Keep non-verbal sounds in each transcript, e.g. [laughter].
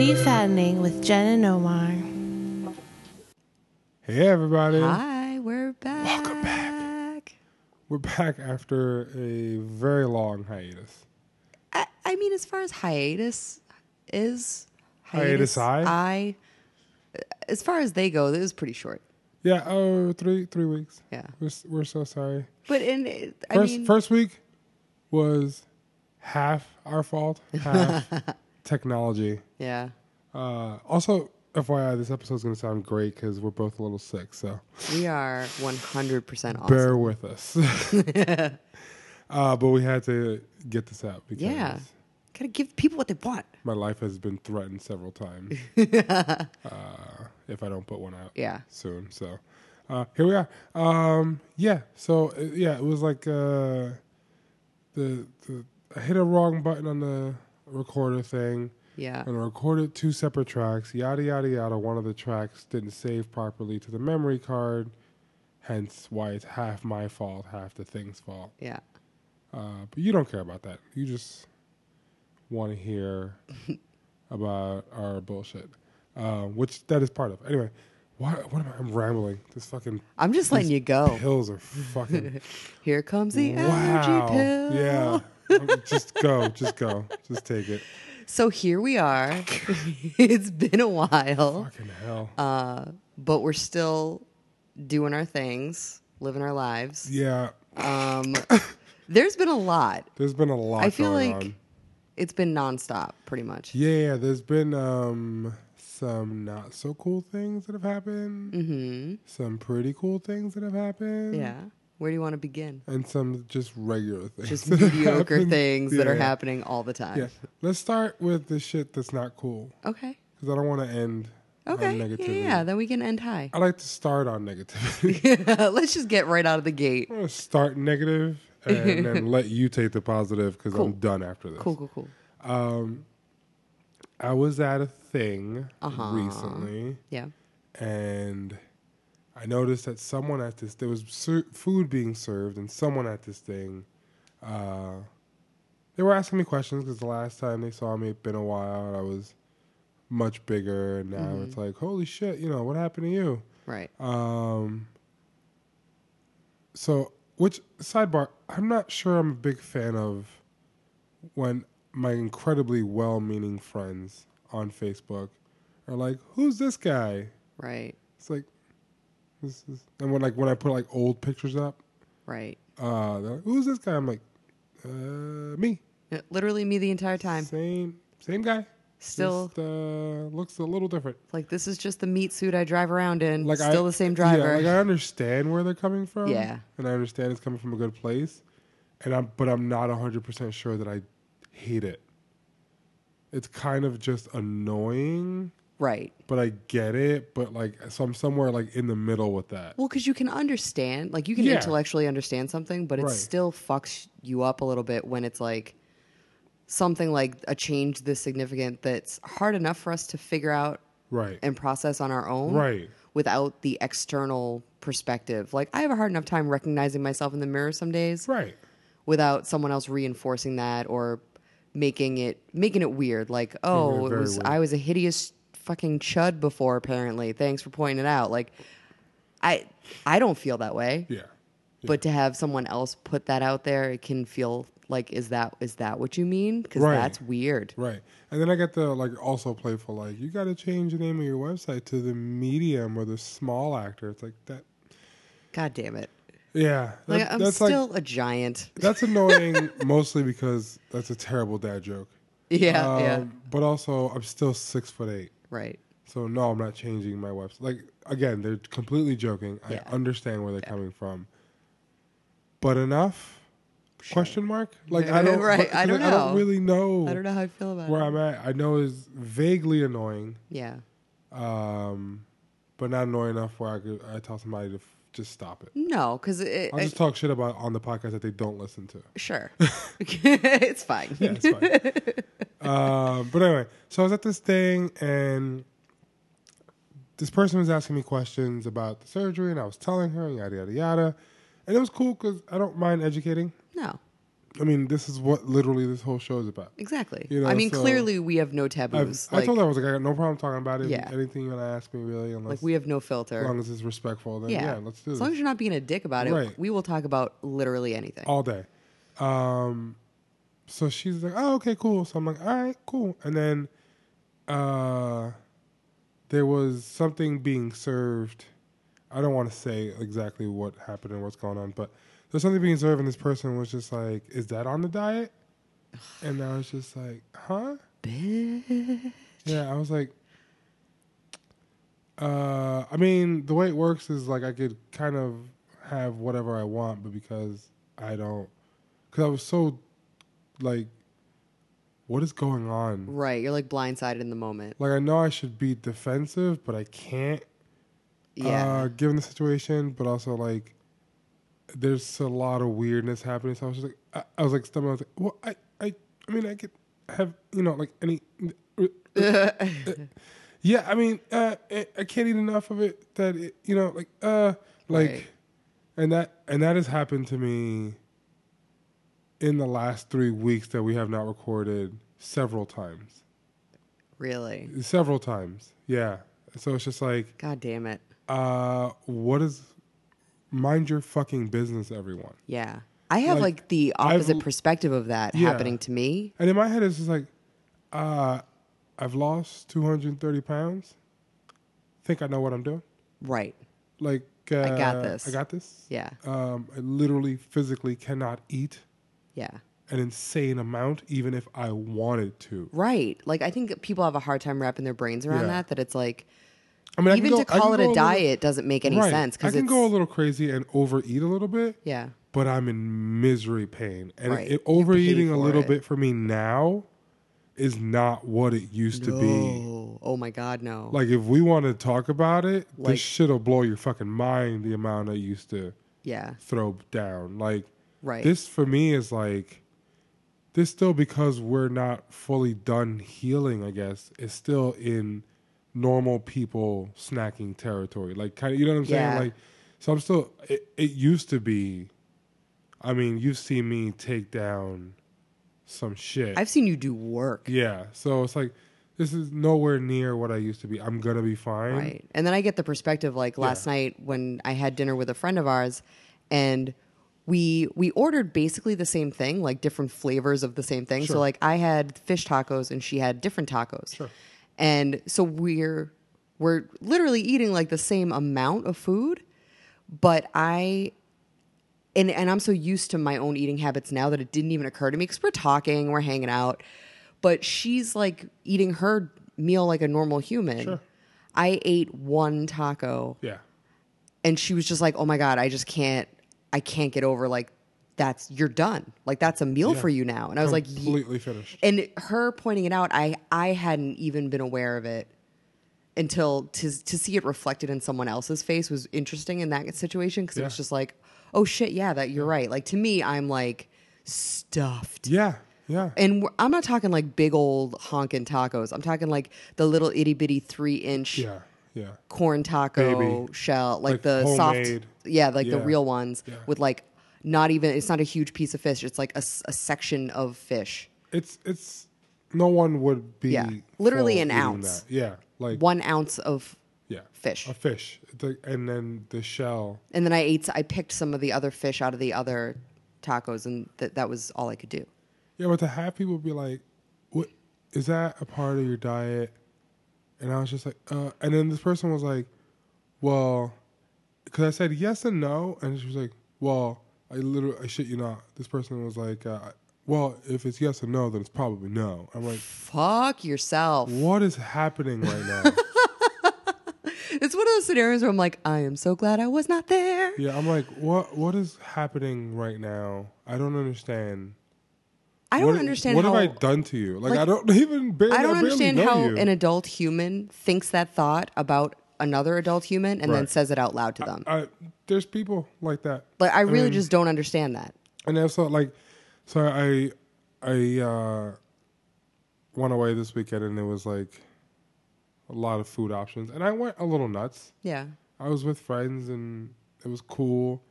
Blending with Jen and Omar. Hey everybody. Hi, we're back. Welcome back. We're back after a very long hiatus. I, I mean, as far as hiatus is, Hiatus I? I, as far as they go, it was pretty short. Yeah, oh, three three weeks. Yeah. We're, s- we're so sorry. But in, it- I First mean, first week was half our fault, [laughs] half technology. yeah. Uh, also, FYI, this episode's going to sound great because we're both a little sick, so We are 100% off. bear with [laughs] us. [laughs] uh, but we had to get this out because yeah. Gotta give people what they want. my life has been threatened several [laughs] times uh, if I don't put one out Yeah. soon. So uh, here we are. Um, yeah. So uh, yeah, it was like uh, the, the I hit a wrong button on the recorder thing. Yeah. And I recorded two separate tracks, yada yada yada. One of the tracks didn't save properly to the memory card, hence why it's half my fault, half the thing's fault. Yeah. Uh, but you don't care about that. You just want to [laughs] hear about our bullshit, uh, which that is part of. Anyway, what what am I? I'm rambling. This fucking I'm just letting you go. pills are [laughs] fucking Here comes the wow. energy pill. Yeah, Um, just go, just go, just take it. So here we are. [laughs] it's been a while, Fucking hell. uh, but we're still doing our things, living our lives. yeah, Um, [coughs] there's been a lot. there's been a lot. I feel going like on. it's been nonstop, pretty much. Yeah, yeah, there's been um, some not so cool things that have happened. Mm-hmm. Some pretty cool things that have happened. Yeah. Where do you want [laughs] to begin? and some just regular things. [laughs] Just that mediocre happen. things that are Yeah. happening all the time. Yeah. Let's start with the shit that's not cool Okay. because I don't want to end Okay. on Yeah, negativity. yeah, yeah. Then we can end high. I like to start on [laughs] negativity. Let's just get right out of the gate. I'm gonna start negative and [laughs] then let you take the positive because Cool. I'm done after this. Um, Cool, cool, cool. I was at a thing Uh-huh. recently Yeah. and I noticed that someone at this there was ser- food being served and someone at this thing. Uh, they were asking me questions because the last time they saw me it'd been a while and I was much bigger and now it's like holy shit you know what happened to you Right. um so which sidebar I'm not sure I'm a big fan of when my incredibly well-meaning friends on Facebook are like who's this guy Right. it's like this is and when like when I put like old pictures up, Right. uh they're like, who's this guy? I'm like, uh me. Uh, Literally me the entire time. Same same guy. Still Just, uh looks a little different. like this is just the meat suit I drive around in. Like Still I, the same yeah, driver. like I understand where they're coming from. Yeah. And I understand it's coming from a good place. And I'm but I'm not hundred percent sure that I hate it. It's kind of just annoying, right. but I get it. But like so I'm somewhere like in the middle with that. Well, because you can understand, like you can Yeah. intellectually understand something, but it Right. still fucks you up a little bit when it's like something like a change this significant that's hard enough for us to figure out Right. and process on our own, Right. Without the external perspective, like I have a hard enough time recognizing myself in the mirror some days, right. without someone else reinforcing that or making it making it weird like oh it very was weird. i was a hideous fucking chud before apparently thanks for pointing it out like i i don't feel that way Yeah. but to have someone else put that out there it can feel like is that is that what you mean because Right. that's weird Right. And then I get the like also playful like you got to change the name of your website to the medium or the small actor. It's like that. god damn it Yeah. That, like i'm that's still like a giant [laughs] that's annoying [laughs] mostly because that's a terrible dad joke. Um, yeah yeah But also I'm still six foot eight. right So no, I'm not changing my website. Like again, they're completely joking. Yeah. I understand where they're coming from. But enough? Question mark? Like I don't [laughs] Right, but- I don't I don't know. really know. i don't know how i feel about Where it I'm at, I know is vaguely annoying. yeah um, but not annoying enough where I could I tell somebody to f- just stop it. no because it, I'll it- just talk shit about on the podcast that they don't listen to. [laughs] sure [laughs] it's fine Yeah, it's fine. um, but anyway, so I was at this thing and this person was asking me questions about the surgery, and I was telling her yada yada yada, and it was cool because I don't mind educating. [laughs] no I mean, this is what literally this whole show is about. Exactly. You I know, mean, so clearly we have no I've- taboos. I like, told her I was like, I got no problem talking about it. Yeah. Anything you want to ask me, really, unless like we have no as filter. long as it's respectful, then Yeah. yeah, let's do As this long as you're not being a dick about it, Right. we will talk about literally anything. all day. Um, so she's like, oh, okay, cool. So I'm like, all right, cool. And then uh, there was something being served. I don't want to say exactly what happened and what's going on, but there's something being served, and this person was just like, is that on the diet? And I was just like, huh? Bitch. Yeah, I was like, uh, I mean, the way it works is like I could kind of have whatever I want, but because I don't, because I was so like, what is going on? Right. You're like blindsided in the moment. Like, I know I should be defensive, but I can't, Yeah. uh, given the situation, but also like, there's a lot of weirdness happening. So I was just like, I, I was like, stumbling, I was like, well, I, I, I mean, I could have, you know, like any, [laughs] Yeah, I mean, uh, I I can't eat enough of it that it, you know, like, uh, like, Right. and that and that has happened to me in the last three weeks that we have not recorded several times, [laughs] really. several times. Yeah, so it's just like, God damn it. uh, what is, mind your fucking business, everyone. Yeah. I have like, Like, the I've- opposite perspective of that Yeah. happening to me. And in my head, it's just like, uh, I've lost two hundred and thirty pounds. Think I know what I'm doing. Right. Like, uh, got this. I got this. Yeah. Um, I literally physically cannot eat Yeah. an insane amount, even if I wanted to. Right. Like I think people have a hard time wrapping their brains Yeah. around that that it's like I mean, I can even go- to I can call it go a little- diet doesn't make any Right. sense I cuz can it's go a little crazy and overeat a little bit, yeah. but I'm in misery pain, and Right. it, You pay overeating for a little it. bit for me now is not what it used to be. No. Oh my god, no. Like, if we want to talk about it, Like- this shit'll blow your fucking mind. The amount I used to yeah. throw down, like. Right. This for me is like this still because we're not fully done healing, I guess, is still in normal people snacking territory. Like kind of you know what I'm saying? Yeah. Like so I'm still it, it used to be I mean, you've seen me take down some shit. I've seen you do work. yeah. So it's like this is nowhere near what I used to be. I'm gonna be fine. Right. And then I get the perspective like last night when I had dinner with a friend of ours and we we ordered basically the same thing, like different flavors of the same thing. So Sure. like I had fish tacos and she had different tacos. Sure. And so we're we're literally eating like the same amount of food, but I and and I'm so used to my own eating habits now that it didn't even occur to me because we're talking, we're hanging out, but she's like eating her meal like a normal human. Sure. I ate one taco, Yeah. and she was just like, "Oh my god, I just can't, I can't get over like that's you're done, like that's a meal for you now." And I was like, "Ye- completely finished. and her pointing it out, I I hadn't even been aware of it until to to see it reflected in someone else's face was interesting in that situation because it was Yeah. just like, oh shit, yeah, that you're right. Like to me, I'm like stuffed. Yeah. Yeah. And we're, I'm not talking like big old honkin' tacos. I'm talking like the little itty bitty three inch Yeah. Yeah. corn taco Baby. shell, like, Like the homemade. soft, yeah, like the Yeah. real ones Yeah. with like not even it's not a huge piece of fish. It's like a, s- a section of fish. it's it's no one would be Yeah. Literally full an eating ounce. that. Yeah, like one ounce of yeah, fish. a fish, The- and then the shell. and then I ate. I picked some of the other fish out of the other tacos, and th- that was all I could do. Yeah, but to have people be like, "What is that a part of your diet?" And I was just like, uh, and then this person was like, "Well," because I said yes and no, and she was like, "Well, I literally, I shit you not." This person was like, uh, "Well, if it's yes and no, then it's probably no." I'm like, Fuck yourself. "What is happening right now?" It's one of those scenarios where I'm like, I am so glad I was not there. Yeah, I'm like, what what is happening right now? I don't understand. I don't What- understand. What how, have I done to you? Like, I don't [laughs] even barely. I don't understand barely know how you. an adult human thinks that thought about another adult human and then Right. says it out loud to them. I, there's people like that. like I really mean- just don't understand that. And also, like, so I, I uh, went away this weekend, and it was like a lot of food options, and I went a little nuts. Yeah. I was with friends, and it was cool.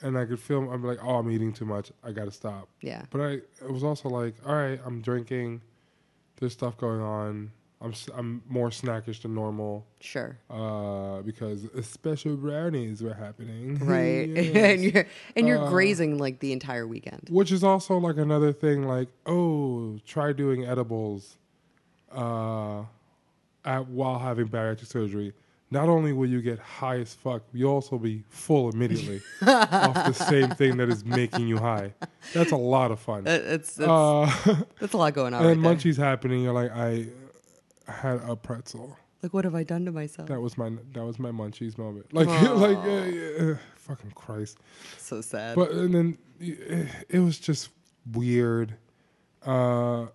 and I could feel. I'm like, oh, I'm eating too much. I got to stop. Yeah. But I it was also like, all right, I'm drinking. There's stuff going on. I'm s- I'm more snackish than normal Sure. uh, because special brownies were happening. [laughs] Right. [laughs] Yes. and you're and you're Uh, grazing like the entire weekend. Which is also like another thing, like oh, try doing edibles, uh, at, while having bariatric surgery. Not only will you get high as fuck, you'll also be full immediately [laughs] off the same thing that is making you high. That's a lot of fun. That- That's that's, Uh, [laughs] that's a lot going on. and Right then there. munchies happening. You're like, I had a pretzel. Like what have I done to myself? That was my that was my munchies moment. Like [laughs] Aw. like uh, uh, fucking Christ. So sad. But and then it, it was just weird. Uh,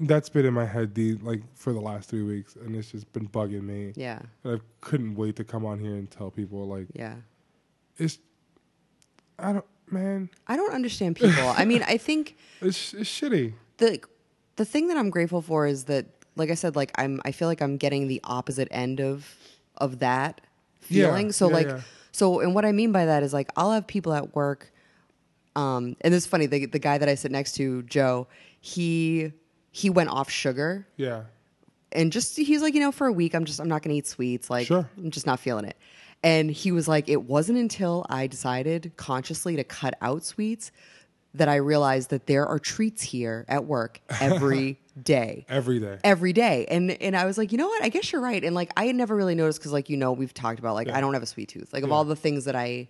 that's been in my head the like for the last three weeks, and it's just been bugging me. yeah. And I couldn't wait to come on here and tell people like Yeah. it's. I don't man. I don't understand people. I mean, I think It's it's shitty. the the thing that I'm grateful for is that, like I said, like I'm I feel like I'm getting the opposite end of of that Yeah, feeling. so yeah, like yeah. so, and what I mean by that is like I'll have people at work. Um, and this is funny. The the guy that I sit next to, Joe, he he went off sugar Yeah. and just he's like, you know, for a week, I'm just I'm not gonna eat sweets. Like, Sure. I'm just not feeling it. And he was like, it wasn't until I decided consciously to cut out sweets that I realized that there are treats here [laughs] at work every day. Every day. Every day. And and I was like, you know what? I guess you're right. And like I had never really noticed because like you know, we've talked about like I don't have a sweet tooth. Like of all the things that I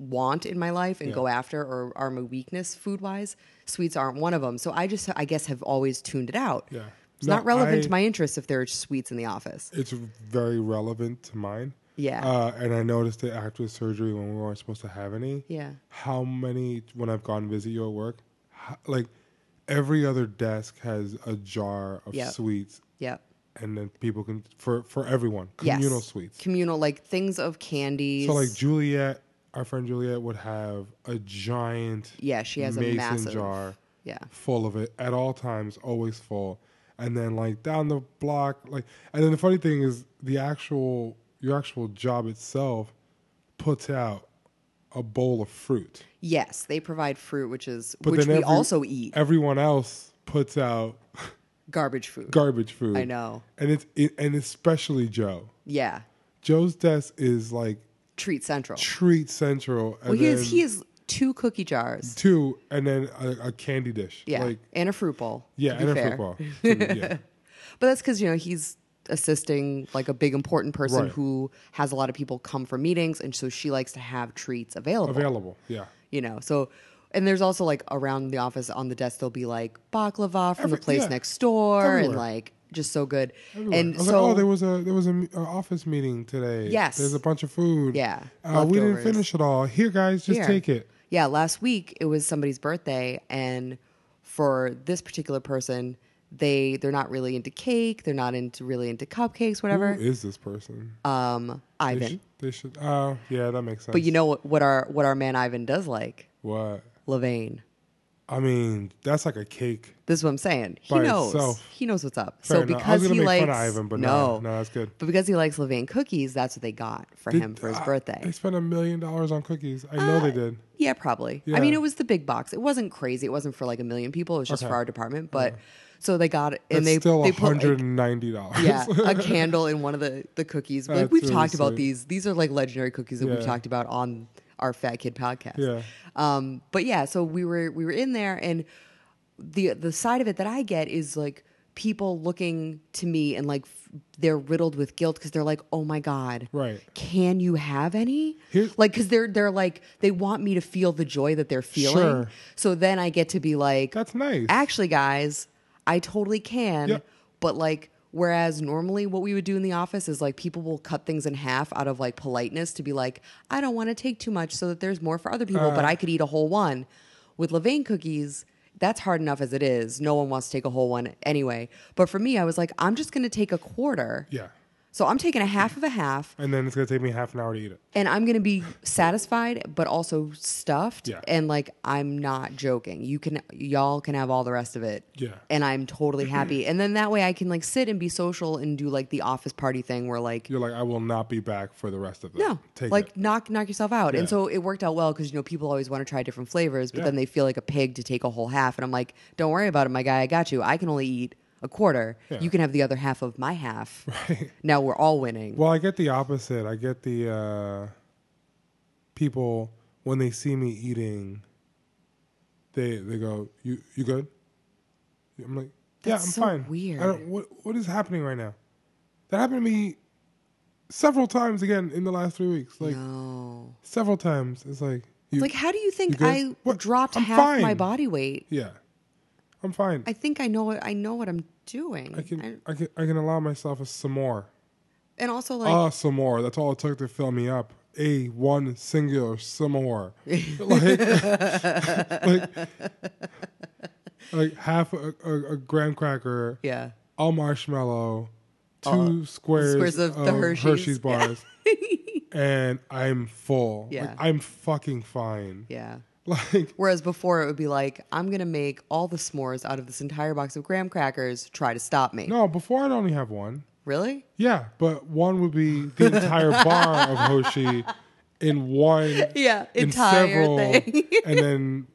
want in my life and go after or are my weakness food wise, sweets aren't one of them. So I just I guess have always tuned it out. Yeah. It's No, not relevant to I- my interests if there are sweets in the office. It's very relevant to mine. Yeah. Uh, and I noticed it after surgery when we weren't supposed to have any. Yeah. How many, when I've gone visit you at work, how, like every other desk has a jar of Yep. sweets Yep. and then people can, for, for everyone, Yes. communal sweets. Communal, like things of candies. So like Juliet, our friend Juliet would have a giant yeah, she has a mason massive jar Yeah. full of it at all times, always full. And then like down the block, like and then the funny thing is the actual your actual job itself puts out a bowl of fruit. Yes, they provide fruit, which is But which then we every- also eat Everyone else puts out [laughs] garbage food. garbage food. I know. And it's it, and especially Joe. Yeah, Joe's desk is like treat central. treat central. And Well, he has then he has two cookie jars. two, and then a, a candy dish. Yeah, like and a fruit bowl. yeah, to and be a fair. [laughs] football. yeah. But that's because you know he's assisting like a big important person Right. who has a lot of people come for meetings, and so she likes to have treats available. Available. Yeah. you know. So, and there's also like around the office on the desk, there'll be like baklava from Every- the place yeah. next door, and Everywhere. like just so good. Everywhere. And I was so, like, oh, there was a there was an office meeting today. Yes. there's a bunch of food. Yeah, uh, we didn't leftovers. finish it all. Here, guys, just Here. take it. yeah, last week it was somebody's birthday, and for this particular person, they they're not really into cake, they're not into really into cupcakes, Who whatever. is this person? Um, They, Ivan, sh- they should. Oh, yeah, that makes sense. but you know what, what our what our man Ivan does like what? Levain. I mean, that's like a cake. This is what I'm saying. He By knows. itself. He knows what's up. Fair so enough. because I was gonna he make likes fun of Ivan, but no, no, no, that's good. But because he likes Levain cookies, that's what they got for him for his Uh, birthday. Uh, They spent a million dollars on cookies. I know they did. Yeah, probably. I Yeah. mean, it was the big box. It wasn't crazy. It wasn't for like a million people. It was just Okay. for our department. But so they got it, It's and they still they one put hundred like, and ninety dollars. [laughs] yeah a candle in one of the the cookies. Like That's we've really talked about sweet. these. These are like legendary cookies that we've Yeah. talked about on our Fat Kid podcast. Yeah. Um. But yeah, so we were we were in there, and the the side of it that I get is like people looking to me and like f- they're riddled with guilt because they're like, oh my god, [laughs] Right. Can you have any? Here- like, because they're they're like they want me to feel the joy that they're feeling. Sure. So then I get to be like, that's nice. actually, guys, I totally can. Yep. But like, whereas normally what we would do in the office is like people will cut things in half out of like politeness to be like, I don't want to take too much so that there's more for other people, Uh. but I could eat a whole one. With Levain cookies, that's hard enough as it is. No one wants to take a whole one anyway. But for me, I was like, I'm just going to take a quarter yeah, So I'm taking a half of a half, and then it's gonna take me half an hour to eat it. and I'm gonna be satisfied, but also stuffed. Yeah. And like I'm not joking. You can y'all can have all the rest of it. Yeah. And I'm totally [clears throat] happy. and then that way I can like sit and be social and do like the office party thing where like You're like, I will not be back for the rest of it. no, take like it. knock knock yourself out. Yeah. And so it worked out well because you know people always want to try different flavors, but Yeah. then they feel like a pig to take a whole half. And I'm like, don't worry about it, my guy. I got you. I can only eat a quarter. Yeah. You can have the other half of my [laughs] half. Right. Now we're all winning. Well, I get the opposite. I get the uh, people when they see me eating, they they go, "You you good?" I'm like, "Yeah, That's I'm so fine." weird. I don't, what what is happening right now? That happened to me several times again in the last three weeks. Like no. several times. It's like you. like, how do you you think good? I What? dropped I'm half fine. my body weight? yeah, I'm fine. I think I know what I know what I'm doing. I can I- I can I can allow myself a some more. and also like Ah, some more. That's all it took to fill me up. A one singular some [laughs] more. like, like, [laughs] like half a, a, a graham cracker, yeah. a marshmallow, two Uh, squares, squares of of, the Hershey's. Hershey's, [laughs] bars, and I'm full. Yeah. Like, I'm fucking fine. Yeah. Like Whereas before it would be like, I'm gonna make all the s'mores out of this entire box of graham crackers. Try to stop me. no, before I'd only have one. Really? Yeah, but one would be the entire bar of Hoshi in one Yeah, in entire thing. [laughs] and then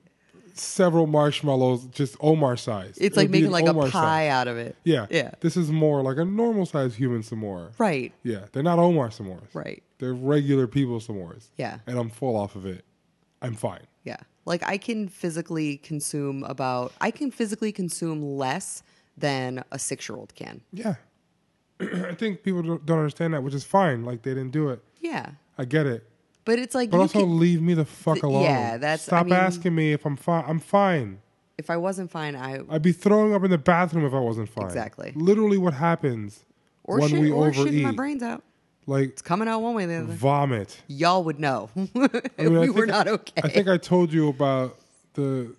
several marshmallows, just Omar size. It's It like would be making an like a Omar pie size. out of it. Yeah, Yeah. This is more like a normal size human s'more. Right. Yeah, they're not Omar s'mores. Right. They're regular people s'mores. Yeah. and I'm full off of it. I'm fine. Yeah. Like I can physically consume about I can physically consume less than a 6-year-old can. Yeah, [clears throat] I think people don't, don't understand that, which is fine. Like they didn't do it. Yeah. I get it. But it's like But you also can- leave me the fuck Th- alone. yeah, that's- I stop mean- asking me if I'm fine. I'm fine. if I wasn't fine, I I'd be throwing up in the bathroom if I wasn't fine. Exactly. Literally, what happens or when shit, we or shitting overeat? my brains out. Like It's coming out one way or the other. vomit. Y'all would know [laughs] if I mean, I we think- were not okay. I think I told you about the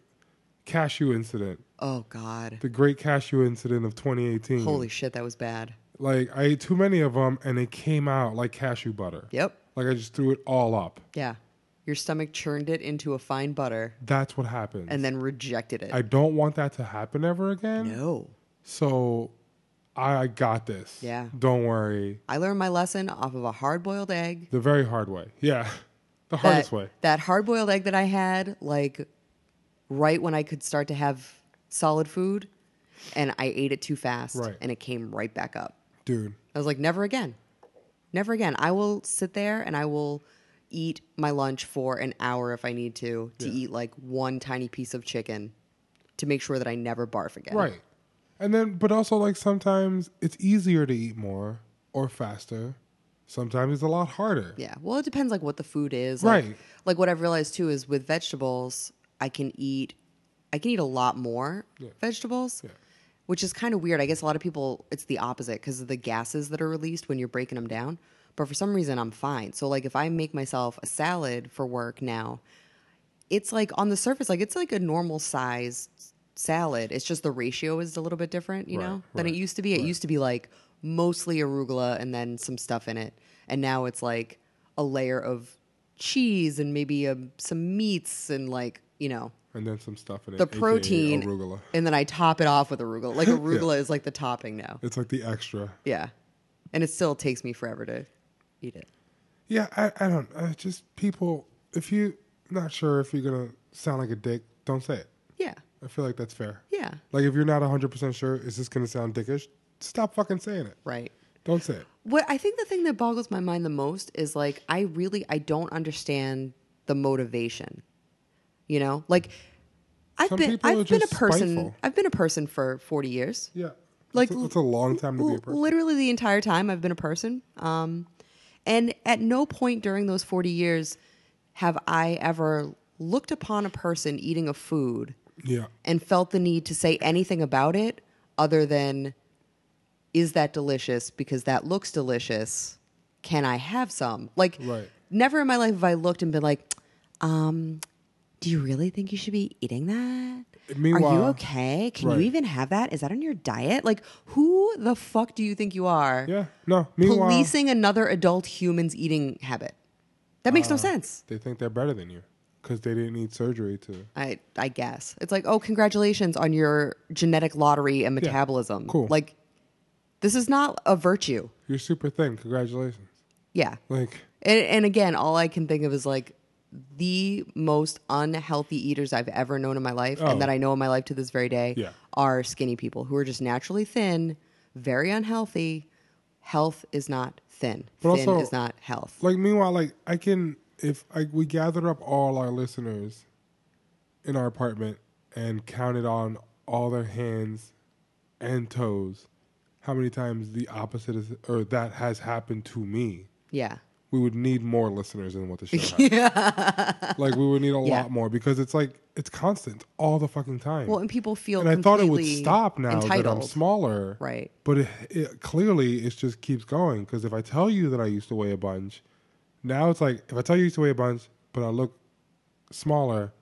cashew incident, oh God. the great cashew incident of 2018. Holy shit, that was bad. Like I ate too many of them, and it came out like cashew butter. Yep. Like I just threw it all up. Yeah. Your stomach churned it into a fine butter That's what happened. and then rejected it. I don't want that to happen ever again. no. So I got this. Yeah. Don't worry. I learned my lesson off of a hard-boiled egg. The very hard way. Yeah. [laughs] The that- hardest way. That hard boiled egg that I had, like right when I could start to have solid food, and I ate it too fast, Right. and it came right back up. Dude. I was like, never again, never again. I will sit there and I will eat my lunch for an hour if I need to to Yeah. eat like one tiny piece of chicken to make sure that I never barf again. Right. And then, but also, like, sometimes it's easier to eat more or faster. Sometimes it's a lot harder. Yeah. Well, it depends like what the food is. Like, Right. Like what I've realized too is with vegetables, I can eat, I can eat a lot more vegetables, which is kind of weird. I guess a lot of people it's the opposite because of the gases that are released when you're breaking them down. But for some reason, I'm fine. So like if I make myself a salad for work now, it's like on the surface, like it's like a normal sized salad. It's just the ratio is a little bit different, you Right, know, than it right, used to be. It used to be like mostly arugula and then some stuff in it. And now it's like a layer of cheese and maybe um some meats and like, you know, And then some stuff in it. the aka protein. Arugula. And then I top it off with [laughs] arugula. Like arugula is like the topping now. It's like the extra. Yeah. And it still takes me forever to eat it. Yeah, I, I don't. I just people. If you not sure if you're gonna sound like a dick, don't say it. Yeah. I feel like that's fair. Yeah. Like if you're not 100 percent sure, is this gonna sound dickish? Stop fucking saying it. Right. Don't say it. What I think the thing that boggles my mind the most is like I really I don't understand the motivation. You know, like I've Some been people are I've been a just person spiteful. I've been a person for forty years. Yeah. Like, it's a, it's a long time to be a L- person. literally the entire time I've been a person. Um, and at no point during those forty years have I ever looked upon a person eating a food Yeah. and felt the need to say anything about it other than is that delicious because that looks delicious can i have some like Right. never in my life have i looked and been like um Do you really think you should be eating that? Meanwhile, Are you okay? Can right. you even have that? Is that on your diet? Like, who the fuck do you think you are? Yeah. No. Meanwhile, Policing another adult human's eating habit. That makes no Uh, sense. they think they're better than you because they didn't need surgery to. I I guess. It's like, oh, congratulations on your genetic lottery and metabolism. cool. Like this is not a virtue. You're super thin. Congratulations. Yeah. Like, And, and again, all I can think of is like the most unhealthy eaters I've ever known in my life, Oh. and that I know in my life to this very day, Yeah. are skinny people who are just naturally thin, very unhealthy. Health is not thin. But thin also- is not health. like meanwhile, like I can if like we gathered up all our listeners in our apartment and counted on all their hands and toes, how many times the opposite is or that has happened to me. Yeah. we would need more listeners than what the show [laughs] has. like we would need a Yeah. lot more because it's like it's constant all the fucking time. Well, and people feel and I thought it would completely stop now that I'm entitled. smaller, Right. But it, it, clearly, it just keeps going because if I tell you that I used to weigh a bunch, now it's like if I tell you I used to weigh a bunch, but I look smaller,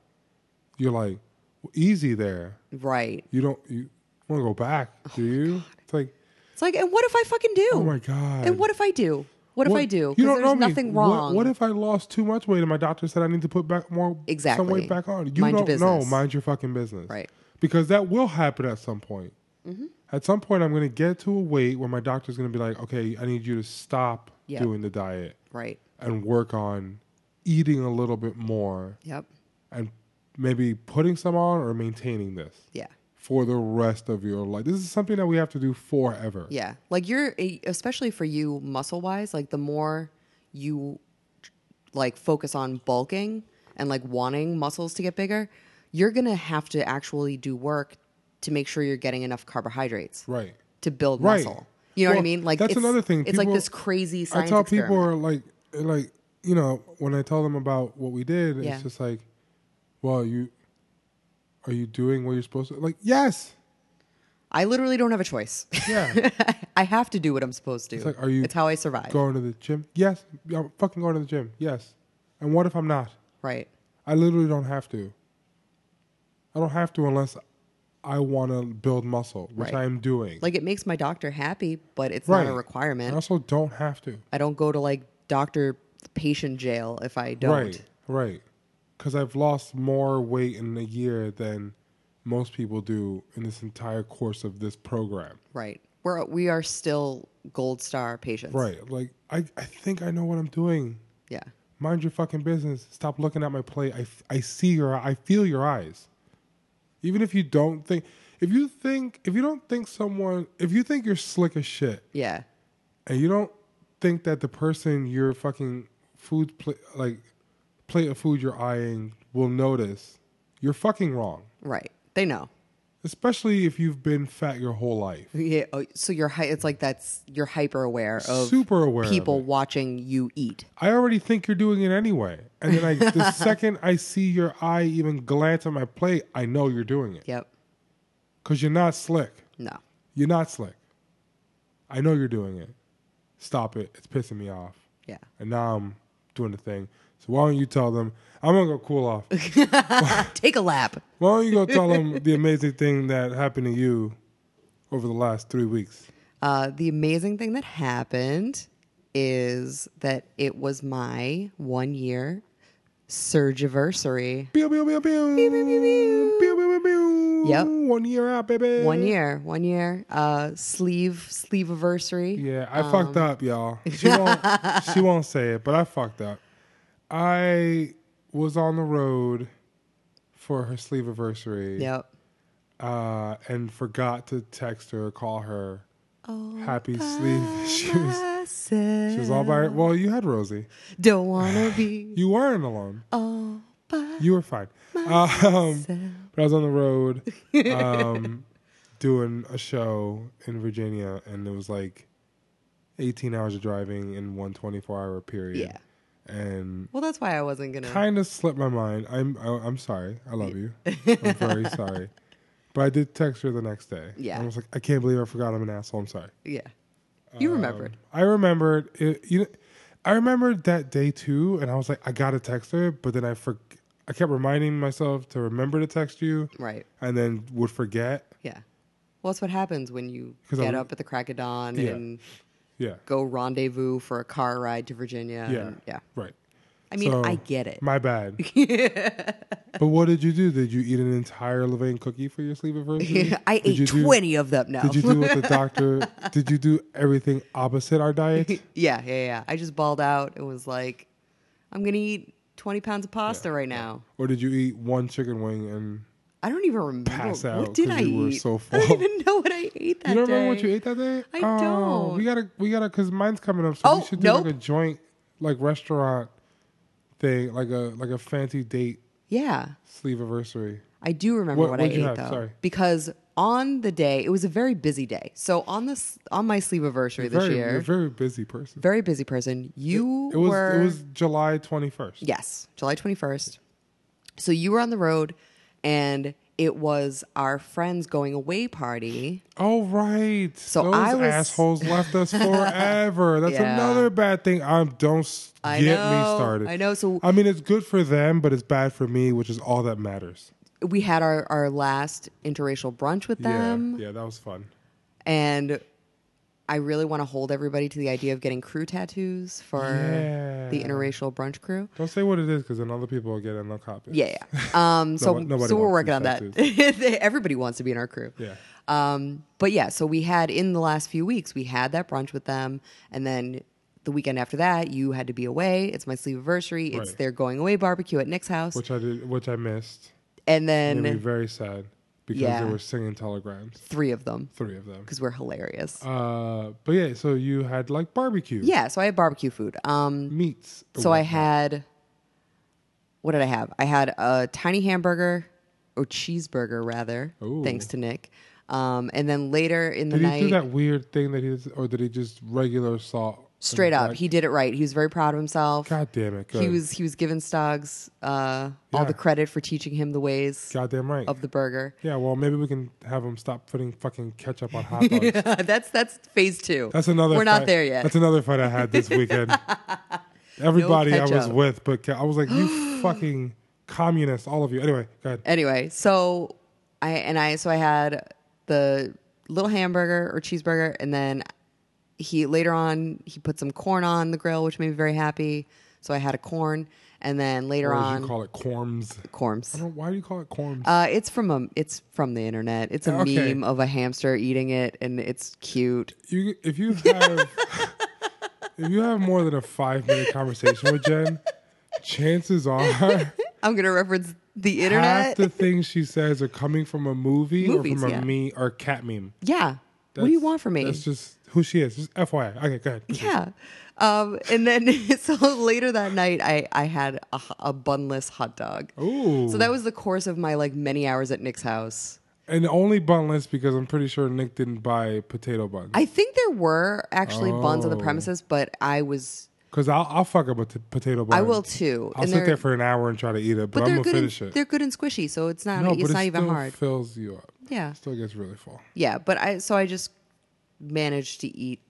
you're like well, easy there. Right. You don't you want to go back, Oh do you? It's like It's like, and what if I fucking do? oh my god, And what if I do? What, if I do? You Because don't there's know me. nothing What- wrong. What, if I lost too much weight and my doctor said I need to put back more some Exactly. weight back on? You Mind your don't know. business. Mind your fucking business. Right. Mm-hmm. Because that will happen at some point. At some point, I'm going to get to a weight where my doctor's going to be like, "Okay, I need you to stop Yeah. doing the diet right. and work on eating a little bit more Yep. and maybe putting some on or maintaining this Yeah. for the rest of your life." This is something that we have to do forever. Yeah. Like you're eh, especially for you muscle wise, like the more you like focus on bulking and like wanting muscles to get bigger, you're going to have to actually do work to make sure you're getting enough carbohydrates Right. to build Right. muscle. You know what I Well, mean? Like that's it's- another thing. It's like People- this crazy I science tell experiment. people are like like you know when I tell them about what we did, Yeah. it's just like, well, you are you doing what you're supposed to? Like, yes, I literally don't have a choice. yeah. [laughs] I have to do what I'm supposed to. It's like, are you It's how I survive. going to the gym, yes. I'm fucking going to the gym, yes. And what if I'm not? right. I literally don't have to. I don't have to unless I want to build muscle, which Right. I am doing. Like it makes my doctor happy, but it's not a Right. I requirement. also don't have to. I don't go to like doctor patient jail if I don't. Right, right. Because I've lost more weight in a year than most people do in this entire course of this program. Right. We're we are still gold star patients. Right. Like, I, I think I know what I'm doing. Yeah. Mind your fucking business. Stop looking at my plate. I, f- I see your, I feel your eyes. Even if you don't think, if you think, if you don't think someone, if you think you're slick as shit Yeah. and you don't think that the person your fucking food, pla- like, plate of food you're eyeing will notice, you're fucking wrong. Right. They know. especially if you've been fat your whole life. Yeah. oh, So you're hy- it's like that's you're hyper aware of Super aware. of people it. watching you eat. I already think you're doing it anyway. And then I, the second I see your eye even glance at my plate, I know you're doing it. Yep. Because you're not slick. No. You're not slick. I know you're doing it. Stop it. It's pissing me off. Yeah. And now I'm doing the thing. So why don't you tell them? I'm going to go cool off. Take a lap. Why don't you go tell them the amazing thing that happened to you over the last three weeks? Uh, the amazing thing that happened is that it was my one year surgiversary. Pew, pew, pew, pew. Pew, pew, pew, pew. Yep. One year out, baby. One year, one year. Uh, sleeve, sleeve anniversary. Yeah, I fucked up, y'all. She won't, she won't say it, but I fucked up. I was on the road for her sleeve anniversary Yep. uh, and forgot to text her or call her. Happy sleeve. She was, Myself. she was all by her. Well, you had Rosie. Don't wanna be You weren't alone. all by You were fine. Um, myself. But I was on the road [laughs] um, doing a show in Virginia, and it was like 18 hours of driving in one 24 hour period. Yeah. And Well, that's why I wasn't gonna. kind of slipped my mind. I'm I, I'm sorry. I love you. I'm [laughs] very sorry. But I did text her the next day. Yeah. I was like, I can't believe I forgot I'm an asshole. I'm sorry. Yeah. You remembered. I remembered it. You know, I remembered that day too, and I was like, I gotta text her, but then I for, I kept reminding myself to remember to text you, Right. and then would forget. Yeah. Well, that's what happens when you 'Cause get I'm- up at the crack of dawn Yeah. and Yeah, go rendezvous for a car ride to Virginia. Yeah. and- yeah. right. I mean, So- I get it. My [laughs] bad. But what did you do? Did you eat an entire Levain cookie for your sleep adversity? [laughs] I Did you ate do- 20 of them now. Did you do what the doctor? did you do everything opposite our [laughs] diet? [laughs] yeah, yeah, yeah. I just balled out and was like, I'm going to eat 20 pounds of pasta right now. Or did you eat one chicken wing and I don't even remember. Pass out what did 'cause I you were eat? so [laughs] I full. don't even know what I ate that you don't day. remember what you ate that day? I oh, don't. We gotta, we gotta, cause mine's coming up, so Oh, we should do like nope. a joint, like restaurant thing, like a like a fancy date Yeah. sleeve anniversary. I do remember What- what, I what'd ate you have? though, Sorry. because on the day it was a very busy day. So on this on my sleep anniversary this Very, year, you're a very, very busy person. busy person. You It was were it was July twenty first. yes, July twenty first. So you were on the road, and it was our friends going away party. Oh right. So those I was- assholes left [laughs] us forever. That's Yeah. another bad thing. I'm don't s- I get know, me started. I know. So- I mean, it's good for them, but it's bad for me, which is all that matters. We had our our last interracial brunch with them. yeah, yeah, that was fun. and I really want to hold everybody to the idea of getting crew tattoos for Yeah. the interracial brunch crew. Don't say what it is, because then other people will get in the copy. Yeah, [laughs] yeah. Um, so, one- nobody so we're wants working crew on that. [laughs] Everybody wants to be in our crew. Yeah. Um, but yeah, so we had in the last few weeks, we had that brunch with them, and then the weekend after that, you had to be away. It's my sleep anniversary. It's Right. their going away barbecue at Nick's house, Which I did, which I missed. and It then made me very sad because Yeah. they were singing telegrams, three of them three of them. because we're hilarious. Uh, but yeah, so you had like barbecue, yeah, so I had barbecue food. Um, meats. or So I whatnot. had, what did I have? I had a tiny hamburger, or cheeseburger rather, Ooh. thanks to Nick. Um, and then later in the Did he night, do that weird thing that he, did, or did he just regular salt? and straight up, black- he did it right. He was very proud of himself. God damn it! Good. he was he was giving Stoggs uh, all Yeah. the credit for teaching him the ways God damn right. of the burger. [laughs] yeah, well, maybe we can have him stop putting fucking ketchup on [laughs] hot dogs. that's that's phase two. That's another. We're not fight- there yet. That's another fight I had this [laughs] weekend. Everybody I was ketchup. with, but ca- I was like, [gasps] you fucking communists, all of you. Anyway, go ahead. anyway, so I and I so I had the little hamburger or cheeseburger, and then he later on he put some corn on the grill, which made me very happy. So I had a corn, and then later Or as on you call it, corms. corms. Well, Why do you call it corms? Uh, it's from a it's from the internet. It's a Okay. meme of a hamster eating it, and it's cute. you, if you [laughs] have if you have more than a five minute conversation with Jen, chances [laughs] are I'm gonna reference the half internet. the things she says are coming from a movie Movies, or from a yeah. me or cat meme. yeah. What do you That's- want from me? That's just who she is. Just FYI. Okay, go ahead. Yeah. Um, and then [laughs] so later that night, I, I had a, h- a bunless hot dog. Ooh. So that was the course of my like many hours at Nick's house. And only bunless because I'm pretty sure Nick didn't buy potato buns. I think there were actually buns on the Oh. premises, but I was Because I'll, I'll fuck up a t- potato bun. I will too. I'll and sit they're- there for an hour and try to eat it, but, but I'm they're gonna good. finish and, it. They're good and squishy, so it's not No, but it's it not even still hard. fills you up. Yeah, Still gets really full. yeah. But I so I just managed to eat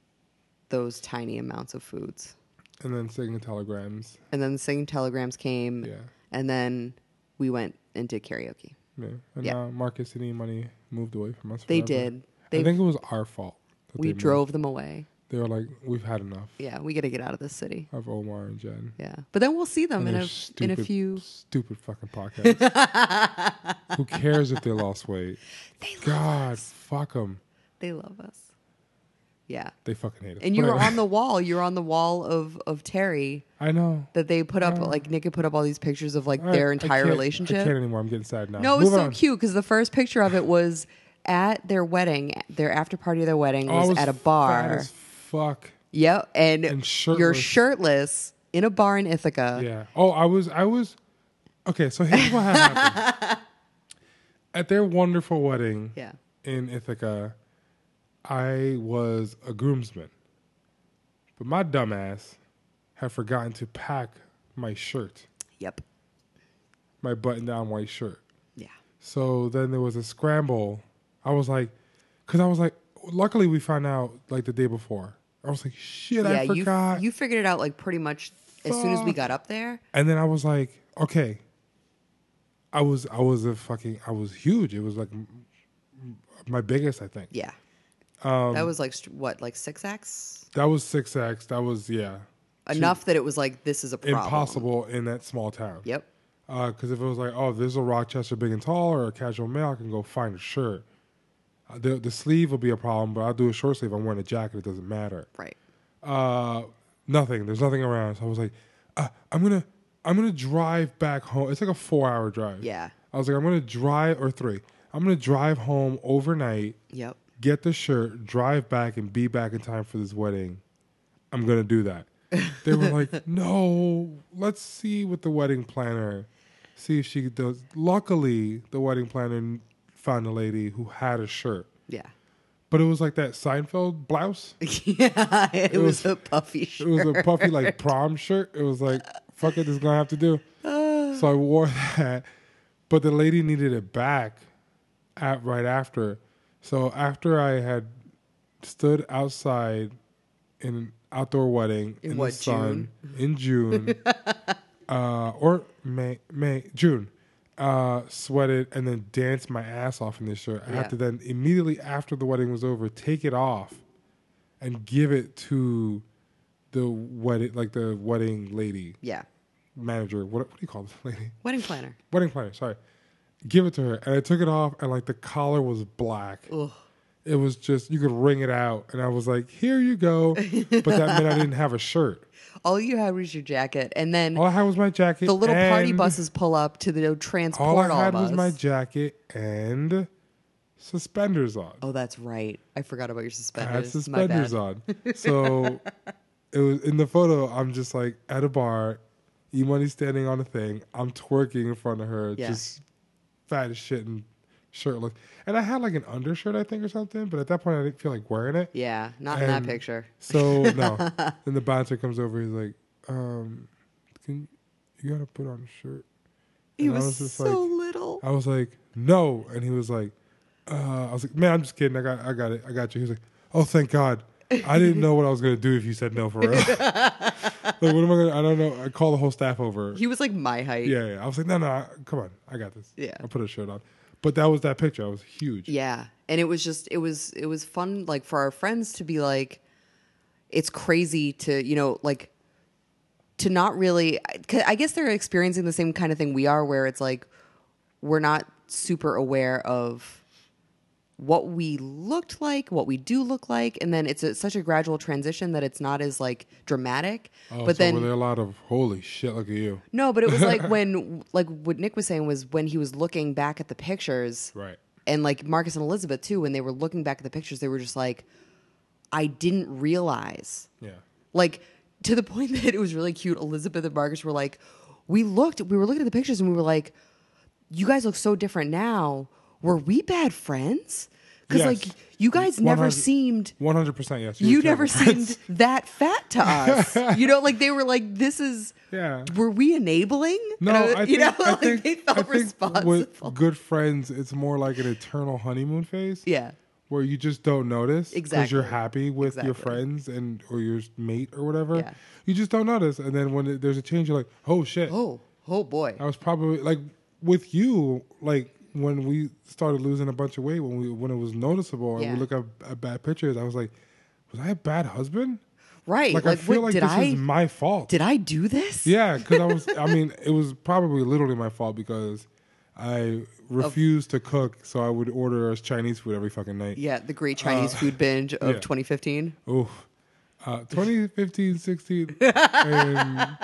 those tiny amounts of foods, And then singing telegrams. and then the singing telegrams came, Yeah. and then we went and did karaoke. Yeah. And Yeah. now Marcus and E Money moved away from us. They forever. did. They I think it was our fault. that they we moved. drove them away. They were like, we've had enough Yeah, we got to get out of this city. of Omar and Jen. Yeah, but then we'll see them And Um, in their a in a few. stupid [laughs] fucking podcast. Who cares if they lost weight? They love, God, fuck them. they love us. Yeah, They fucking hate us. and you were Whatever. on the wall. You were on the wall of of Terry I know. that they put up. Yeah. Like Nick had put up all these pictures of like All right, [laughs] their I entire can't- I can't relationship. anymore. I'm getting sad now. No, it was Moving so on. cute because the first picture of it was at their wedding. Their after party of their wedding Oh, I was, was at a Fat bar. as fuck. Yep, and, you're shirtless. shirtless in a bar in Ithaca. Yeah. Oh, I was. I was. Okay, so here's what had happened. [laughs] At their wonderful wedding Yeah. in Ithaca, I was a groomsman, but my dumbass had forgotten to pack my shirt, Yep. my button-down white shirt. Yeah. So then there was a scramble. I was like, because I was like, luckily we found out like the day before. I was like, shit, I yeah. forgot. You you figured it out like pretty much as soon as we got up there. And then I was like, okay, I was I was a fucking I was huge. It was like m- m- my biggest, I think. Yeah. Um, that was like st- what, like six X? That was six X. That was yeah, Enough that it was like this is a problem. impossible in that small town. Yep. Because if it was like, oh, there's a Rochester big and tall or a casual male, I can go find a shirt. Uh, The the sleeve will be a problem, but I'll do a short sleeve. I'm wearing a jacket. It doesn't matter. Right. Uh, nothing. There's nothing around. So I was like, uh, I'm gonna I'm gonna drive back home. It's like a four hour drive. Yeah. I was like, I'm gonna drive or three. I'm gonna drive home overnight, Yep. get the shirt, drive back, and be back in time for this wedding. I'm gonna do that. They were like, no, let's see with the wedding planner, see if she does. Luckily, the wedding planner found a lady who had a shirt, Yeah. [laughs] but it was like that Seinfeld blouse. yeah. It, was, a puffy It shirt. was a puffy like prom shirt. It was like, fuck it, this is gonna have to do. So I wore [laughs] that, but the lady needed it back at right after. So after I had stood outside in an outdoor wedding In in, what, the sun in [laughs] June, uh, or May, May, June. Uh, sweated and then danced my ass off in this shirt. I Yeah. had to then immediately after the wedding was over, take it off and give it to the wedding, like the wedding lady [laughs] yeah. manager. What, what do you call this [laughs] lady? Wedding planner. Wedding planner. Sorry. Give it to her, and I took it off, and like the collar was black. Ugh. It was just you could wring it out, and I was like, "Here you [laughs] go," but that meant I didn't have a shirt. All you had was your jacket, and then All I had was my jacket. the little party and buses pull up to the All transport I all had of us. was my jacket and suspenders on. oh, that's right. I forgot about your I had suspenders. suspenders my bad. on. [laughs] So it was in the photo. I'm just like at a bar, Imani's standing on a thing. I'm twerking in front of her, Yeah. just fat as shit and shirtless. And I had like an undershirt, I think, or something. But at that point, I didn't feel like wearing it. Yeah, not in that And- picture. So [laughs] no. then the bouncer comes over. He's like, um, "Can you gotta put on a shirt?" He and I was, was just so like- uh, little. I was like, "No," and he was like, uh, "I was like, man, I'm just kidding. I got, I got it. I got you." He was like, "Oh, thank God." I didn't know what I was gonna do if you said no for [laughs] real. like, what am I gonna? I don't know. I call the whole staff over. He was like my height. Yeah, yeah. I was like, no, no, I- come on, I got this. Yeah. I put a shirt on, but that was that picture. I was huge. Yeah. And it was just it was it was fun like for our friends to be like it's crazy to, you know, like to not really I 'cause I guess they're experiencing the same kind of thing we are where it's like we're not super aware of what we looked like, what we do look like, and then it's a, such a gradual transition that it's not as like dramatic. Oh, but so then were there a lot of holy shit? Look at you. no, but it [laughs] was like when like what Nick was saying was when he was looking back at the pictures Right. and like Marcus and Elizabeth too, when they were looking back at the pictures, they were just like, I didn't realize. Yeah. Like to the [laughs] point that it was really cute. Elizabeth and Marcus were like, we looked, we were looking at the pictures and we were like, you guys look so different now. Were we bad friends? Because Yes. like you guys never 100 seemed One hundred percent. Yes. you were never terrible. seemed that fat to us. you know, like they were like, this is Yeah. were we enabling? [laughs] No, And I, was- think, you know, I [laughs] like think, they felt I think responsible. with good friends, it's more like an eternal honeymoon phase. yeah. where you just don't notice because Exactly. you're happy with your Exactly. friends and or your mate or whatever. Yeah. You just don't notice, and then when it- there's a change, you're like, "Oh shit!" Oh, oh boy. I was probably like with you, like when we started losing a bunch of weight when we when it was noticeable, and Yeah. we look at, at bad pictures. I was like, "Was I a bad husband?" Right. Like, Like, I feel what, like did this I is my fault. did I do this? Yeah, because I was. I mean, it was probably literally my fault because I refused to cook, so I would order us Chinese food every fucking night. Yeah, the great Chinese food binge of yeah. [laughs] 2015. Oof. Uh, 2015, 16, and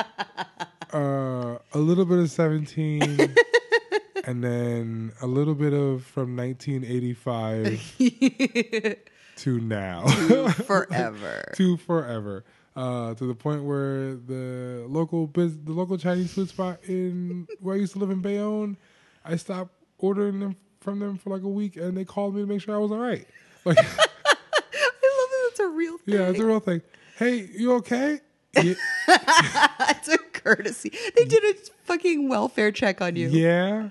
uh, a little bit of 17, and then a little bit of from [laughs] 1985 to now, Forever. [laughs] to forever, uh, to the point where the local biz- the local Chinese food spot in where I used to live in Bayonne, I stopped ordering them from them for like a week, and they called me to make sure I was all right. Like. [laughs] [laughs] I love that it's a real thing. Yeah, it's [laughs] a real thing. Hey, you okay? Ye- it's a courtesy. They did a fucking welfare check on you. yeah.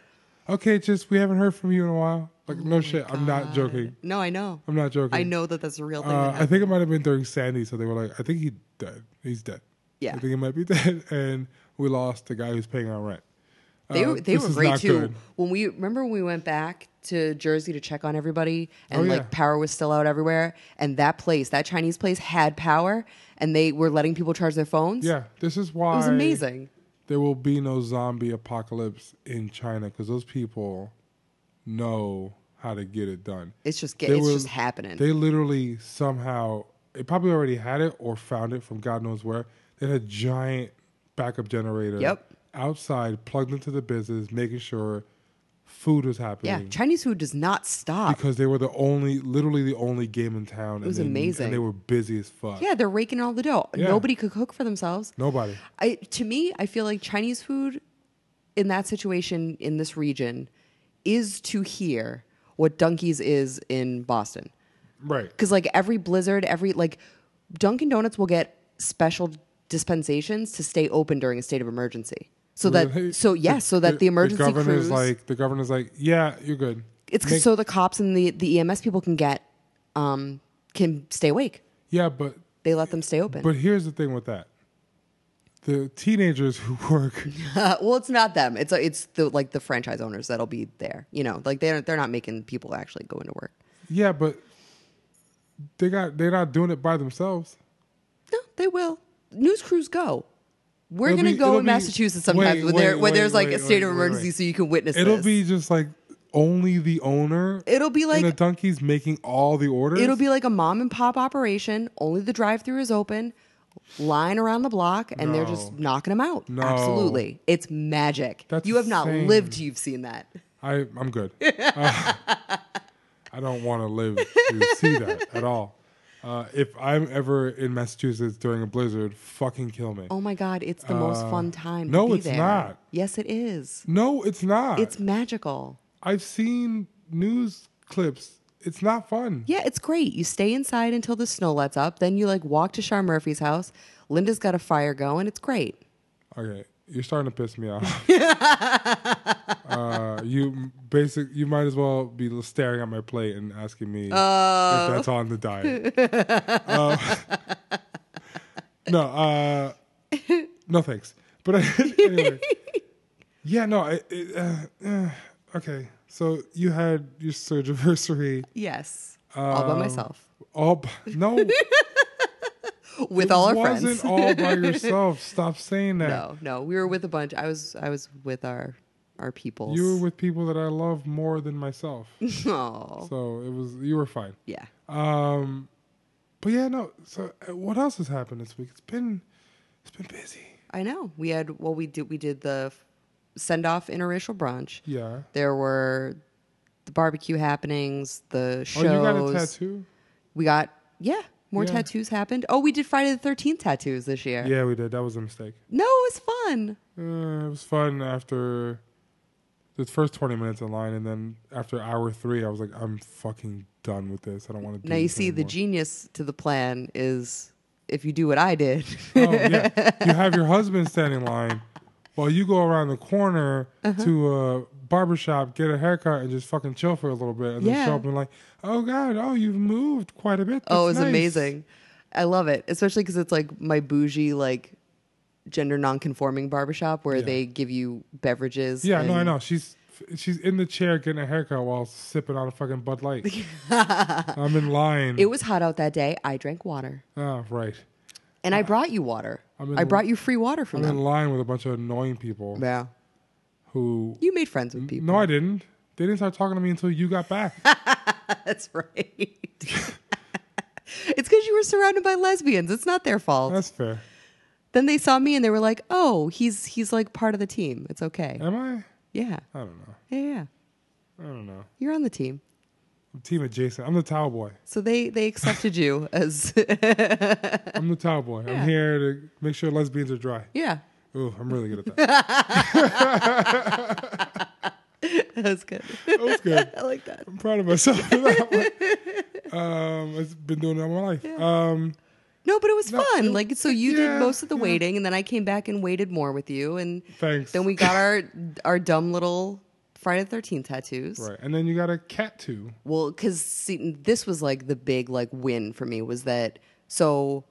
Okay, just we haven't heard from you in a while. Like, no shit. I'm not joking. No, I know. I'm not joking. Oh I know that that's a real thing. Uh, that I think it might have been during Sandy, so they were like, I think he dead. He's dead. Yeah. [laughs] I think he might be dead. And we lost the guy who's paying our rent. They, Uh, were they this were is great not too. good. When we remember when we went back to Jersey to check on everybody and Oh, yeah. like power was still out everywhere and that place, that Chinese place had power and they were letting people charge their phones. Yeah, this is why It was amazing. there will be no zombie apocalypse in China because those people know how to get it done. It's just get, They it's were- just happening. They literally somehow they probably already had it or found it from God knows where. They had a giant backup generator Yep. outside plugged into the business, making sure food was yeah, happening. Chinese food does not stop. Because they were the only, literally the only game in town. It was and they, amazing. And they were busy as fuck. yeah, they're raking all the dough. Yeah. Nobody could cook for themselves. Nobody. I to me, I feel like Chinese food in that situation in this region is to here what Dunkies is in Boston. Right. Because like every blizzard, every like Dunkin' Donuts will get special dispensations to stay open during a state of emergency. So Really? that so yes, so that the emergency governor's crews like the governor's like, yeah, you're good. it's Make- so the cops and the, the EMS people can get um can stay awake. yeah, but They let them stay open. but here's the thing with that: the teenagers who work [laughs] well, it's not them. It's it's the like the franchise owners that'll be there. You know, like they're they're not making people actually go into work. Yeah, but they got they're not doing it by themselves. No, they will. News crews go. We're It'll gonna be- go it'll in be- Massachusetts sometimes wait, when there wait, when there's wait, like wait, a state of wait, wait, emergency, wait. so you can witness. It'll this. be just like only the owner. It'll be like- and the donkeys making all the orders. it'll be like a mom and pop operation. Only the drive-through is open. Line around the block, and they're just No. knocking them out. No. Absolutely, it's magic. That's you have not insane. lived. till You've seen that. I I'm good. [laughs] Uh, I don't want to live to see that at all. Uh, if I'm ever in Massachusetts during a blizzard, fucking kill me. Oh my God, it's the most Uh, fun time. no, to be it's there. not. Yes, it is. No, it's not. It's magical. I've seen news clips. It's not fun. Yeah, it's great. You stay inside until the snow lets up. Then you like walk to Char Murphy's house. Linda's got a fire going. It's great. Okay, you're starting to piss me [laughs] off. uh, you basic. You might as well be staring at my plate and asking me if that's Oh. on the [laughs] diet. Um, no, uh, no thanks. But [laughs] anyway, yeah, no. I it, uh, uh, okay, so you had your surgiversary. Yes. all by Um, myself. All b- no. With [laughs] all our wasn't friends. all by yourself. Stop saying that. [laughs] no, no. We were with a bunch. I was I was with our our people. You were with people that I love more than myself. [laughs] Oh. so it was you were fine. Yeah. Um but yeah, no. So uh, what else has happened this week? It's been it's been busy. I know. We had well we did we did the send off interracial brunch. Yeah. There were the barbecue happenings, the shows. Oh, you got a tattoo? We got yeah, more Yeah. tattoos happened. Oh, we did Friday the thirteenth tattoos this year. Yeah, we did. That was a mistake. No, it was fun. Uh, it was fun after the first 20 minutes in line and then after hour 3 I was like I'm fucking done with this. I don't want to do Now you this see the anymore. genius to the plan is if you do what I did. [laughs] Oh yeah, you have your husband stand in line while you go around the corner Uh-huh. to a barbershop, get a haircut, and just fucking chill for a little bit, and Yeah. then show up and like, oh god, oh you've moved quite a bit. oh, That's it was nice." amazing. I love it, especially because it's like my bougie like gender non-conforming barbershop where Yeah. they give you beverages. Yeah, no, I and- know. She's she's in the chair getting a haircut while sipping on a fucking Bud Light. [laughs] I'm in line. It was hot out that day. I drank water, oh, right. and I brought you water. I'm in I l- brought you free water from I'm in them. line with a bunch of annoying people Yeah, who. you made friends with people. No, I didn't. They didn't start talking to me until you got [laughs] back. That's right. [laughs] it's because you were surrounded by lesbians. It's not their fault. That's fair. then they saw me and they were like, "Oh, he's he's like part of the team. It's okay." Am I? Yeah, I don't know. yeah, yeah. I don't know. You're on the team, I'm team adjacent. I'm the towel boy. so they they accepted you [laughs] as I'm the towel boy. Yeah. I'm here to make sure lesbians are dry. yeah. Ooh, I'm really good at that. That's good. [laughs] that was good. I like that. I'm proud of myself for that [laughs] one. Um, I've been doing that all my life. Um, No, but it was No, fun. it- like so, you yeah, did most of the yeah. waiting, and then I came back and waited more with you, and thanks. then we got our our dumb little Friday the Thirteenth tattoos. right, and then you got a cat too. Well, because see, this was like the big like win for me was that so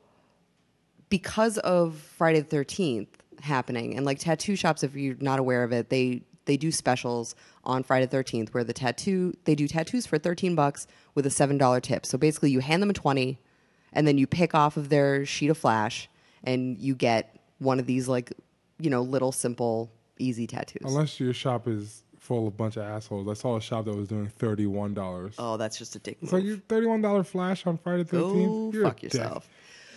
because of Friday the Thirteenth happening. And like tattoo shops, if you're not aware of it, they they do specials on Friday thirteenth where the tattoo they do tattoos for thirteen bucks with a seven dollar tip. So basically you hand them a twenty and then you pick off of their sheet of flash and you get one of these like, you know, little simple easy tattoos. Unless your shop is full of bunch of assholes. I saw a shop that was doing thirty one dollars. oh, that's just a dick move. It's like your thirty one dollar flash on Friday Go thirteenth. fuck yourself.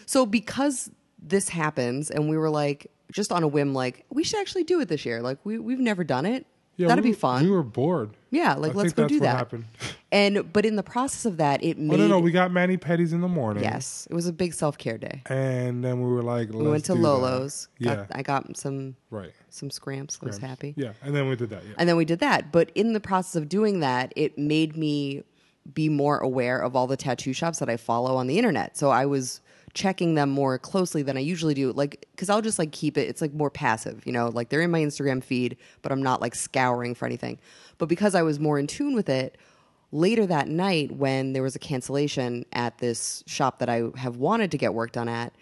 So because this happens, and we were like, just on a whim, like we should actually do it this year. Like we we've never done it. That'd we, be fun. We were bored. yeah, like I let's think go that's do what that. happened. [laughs] And but in the process of that, it Oh made no, no, we got mani pedis in the morning. yes, it was a big self care day. and then we were like, We went to Lolo's. Yeah, Got, I got some right. some scramps. I was happy. Yeah, and then we did that. Yeah, And then we did that. But in the process of doing that, it made me be more aware of all the tattoo shops that I follow on the internet. So I was checking them more closely than I usually do. Like, cause I'll just like keep it, it's like more passive, you know, like they're in my Instagram feed, but I'm not like scouring for anything. But because I was more in tune with it, later that night when there was a cancellation at this shop that I have wanted to get work done at,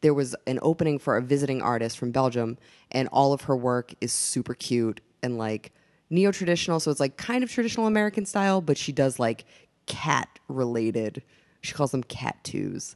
there was an opening for a visiting artist from Belgium, and all of her work is super cute and like neo traditional. So it's like kind of traditional American style, but she does like cat related. She calls them cat twos.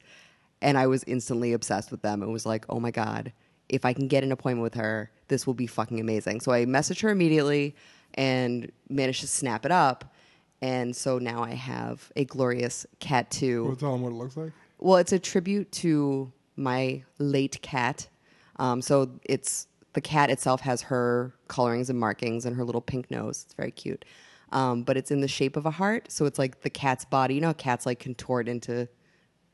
And I was instantly obsessed with them and was like, oh my God, if I can get an appointment with her, this will be fucking amazing. So I messaged her immediately and managed to snap it up. And so now I have a glorious cat two. we'll tell them what it looks like. Well, it's a tribute to my late cat. Um, so it's the cat itself has her colorings and markings and her little pink nose. It's very cute. Um, but it's in the shape of a heart. So it's like the cat's body. You know how cats like contort into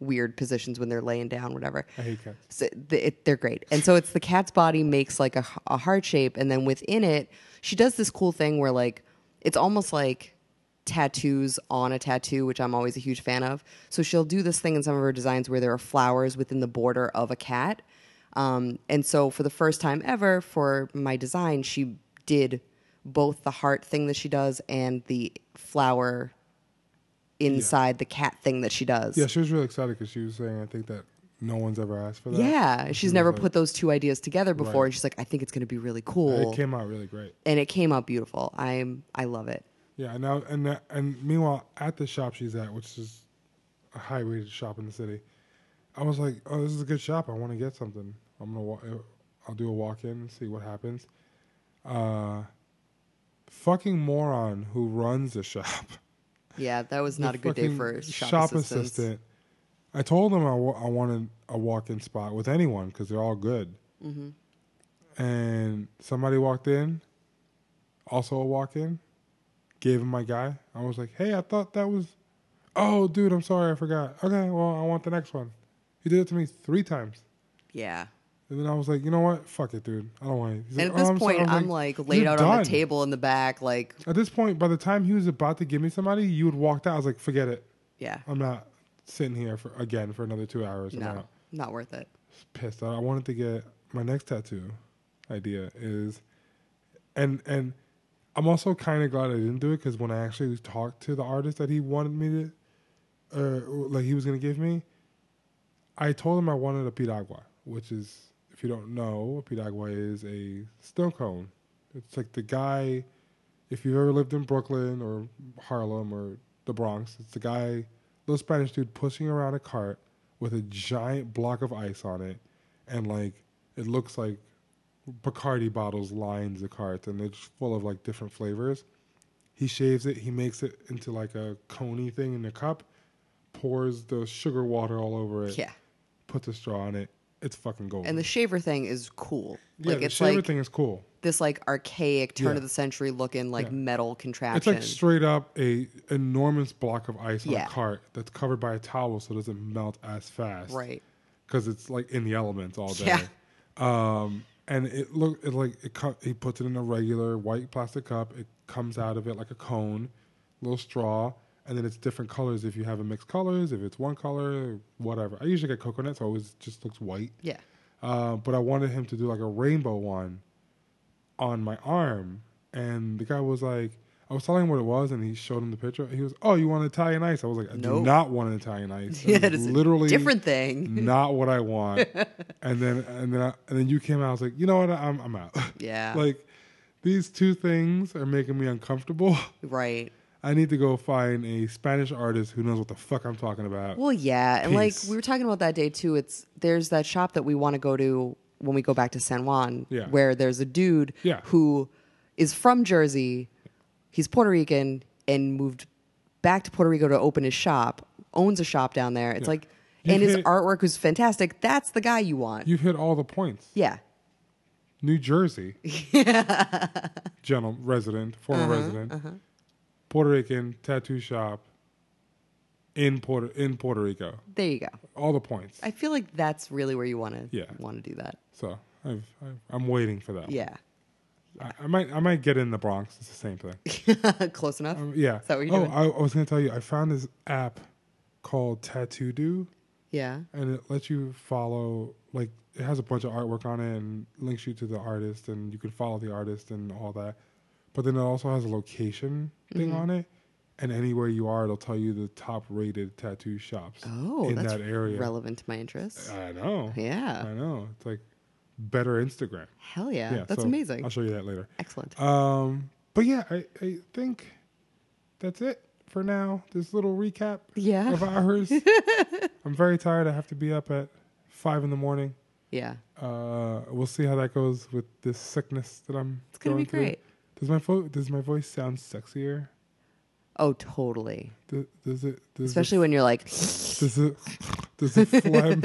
weird positions when they're laying down, whatever. I hate cats. So th- it, they're great. And so it's the cat's body makes like a, h- a heart shape, and then within it, she does this cool thing where like it's almost like tattoos on a tattoo, which I'm always a huge fan of. So she'll do this thing in some of her designs where there are flowers within the border of a cat. Um, and so for the first time ever for my design, she did both the heart thing that she does and the flower inside the cat thing that she does. Yeah, she was really excited because she was saying, "I think that no one's ever asked for that." Yeah, she's never like- put those two ideas together before, Right. and she's like, "I think it's going to be really it cool," came out really great. and it came out beautiful. I'm, I love it. Yeah, and now and that- and meanwhile, at the shop she's at, which is a high rated shop in the city, I was like, "Oh, this is a good shop. I want to get something. I'm gonna, wa- I'll do a walk in and see what happens." Uh, fucking moron who runs the [laughs] shop. Yeah, that was not a good day fucking for shop, assistants. assistant. I told him I wa- I wanted a walk-in spot with anyone because they're all good. Mm-hmm. And somebody walked in, also a walk-in, gave him my guy. I was like, "Hey, I thought that was." Oh, dude, I'm sorry, I forgot. Okay, well, I want the next one. He did it to me three times. Yeah, And then I was like, you know what? Fuck it, dude. I don't want it. He's like, and at "Oh, this I'm sorry." point, I was I'm like laid "You're out on the done." table in the back, like, At this point, by the time he was about to give me somebody, you had walked out. I was like, forget it. yeah, I'm not sitting here for again for another two hours. I'm no, not not worth it. pissed. I I wanted to get my next tattoo idea is, and and I'm also kind of glad I didn't do it because when I actually talked to the artist that he wanted me to, uh, like he was gonna give me, I told him I wanted a piragua, which is if you don't know, a piragua is a snow cone. It's like the guy, if you've ever lived in Brooklyn or Harlem or the Bronx, it's the guy, little Spanish dude, pushing around a cart with a giant block of ice on it, and like it looks like Bacardi bottles lines the cart, and it's full of like different flavors. He shaves it, he makes it into like a coney thing in a cup, pours the sugar water all over it Yeah, puts a straw on it. It's fucking gold. and the shaver thing is cool. yeah, like the it's shaver like thing is cool. this like archaic turn Yeah. of the century looking like Yeah. metal It's contraption. like straight up a enormous block of ice on Yeah. a cart that's covered by a towel, so it doesn't melt as fast. right. Because it's like in the elements all day. Yeah. Um, and it look it like it co- he puts it in a regular white plastic cup. It comes out of it like a cone, little straw, and then it's different colors. If you have a mixed colors, if it's one color, whatever. I usually get coconut, so it always just looks white. Yeah. Uh, but I wanted him to do like a rainbow one on my arm. And the guy was like, I was telling him what it was, and he showed him the picture. He was, "Oh, you want Italian ice?" I was like, "I do Nope. not want an Italian ice. [laughs] Yeah, That it's is a literally different thing. [laughs] not what I want." and then and then I, and then you came out. I was like, "You know what? I'm I'm out." [laughs] Yeah. like these two things are making me uncomfortable. [laughs] right. I need to go find a Spanish artist who knows what the fuck I'm talking about. Well, yeah, and Peace. like we were talking about that day too. It's there's that shop that we want to go to when we go back to San Juan, Yeah. where there's a dude Yeah. who is from Jersey. He's Puerto Rican and moved back to Puerto Rico to open his shop. Owns a shop down there. It's like, You [laughs] and his can't- artwork is fantastic. That's the guy you want. You've hit all the points. yeah, New [laughs] Jersey, gentleman, resident, former Uh-huh, resident, Puerto Rican tattoo shop in Puerto in Puerto Rico. there you go. All the points. I feel like that's really where you want to Yeah. Oh. want to do that. so I've, I've, I'm waiting for that. Yeah, [laughs] I, I might I might get in the Bronx. It's the same thing. close enough. Um, yeah. that what you're oh, doing? I, I was gonna tell you. I found this app called Tattoo Do. yeah, and it lets you follow like it has a bunch of artwork on it and links you to the artist and you can follow the artist and all that but then it also has a location Mm-hmm. thing on it and anywhere you are it'll tell you the top rated tattoo shops Oh, in that's that area Uh, relevant to my interests. i know yeah, i know it's like better instagram hell yeah, that's so amazing. i'll show you that later Excellent. um but yeah i, I think that's it for now this little recap [laughs] Yeah. of ours [laughs] i'm very tired i have to be up at five in the morning Yeah. uh, we'll see how that goes with this sickness that I'm. It's gonna be going through. great. Does my vo- does my voice sound sexier? Oh, totally. Does, does it? Does Especially when you're like, It, does it? Does [laughs] the phlegm?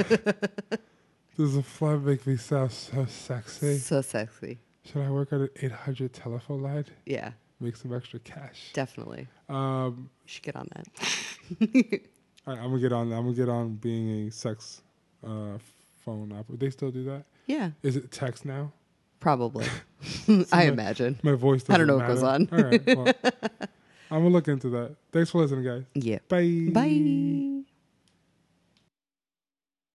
does the phlegm make me sound so sexy? so sexy. Should I work at an 800 telephone line? Yeah, Make some extra cash. definitely. You Um, should get on that. [laughs] [laughs] I, I'm gonna get on. I'm gonna get on being a sex uh, phone operator. They still do that. Yeah, Is it text now? [laughs] probably. [laughs] I imagine. My voice. Doesn't I don't know what goes [laughs] matter. All right. Well, I'm gonna look into that. Thanks for listening, guys. Yeah. Bye. Bye.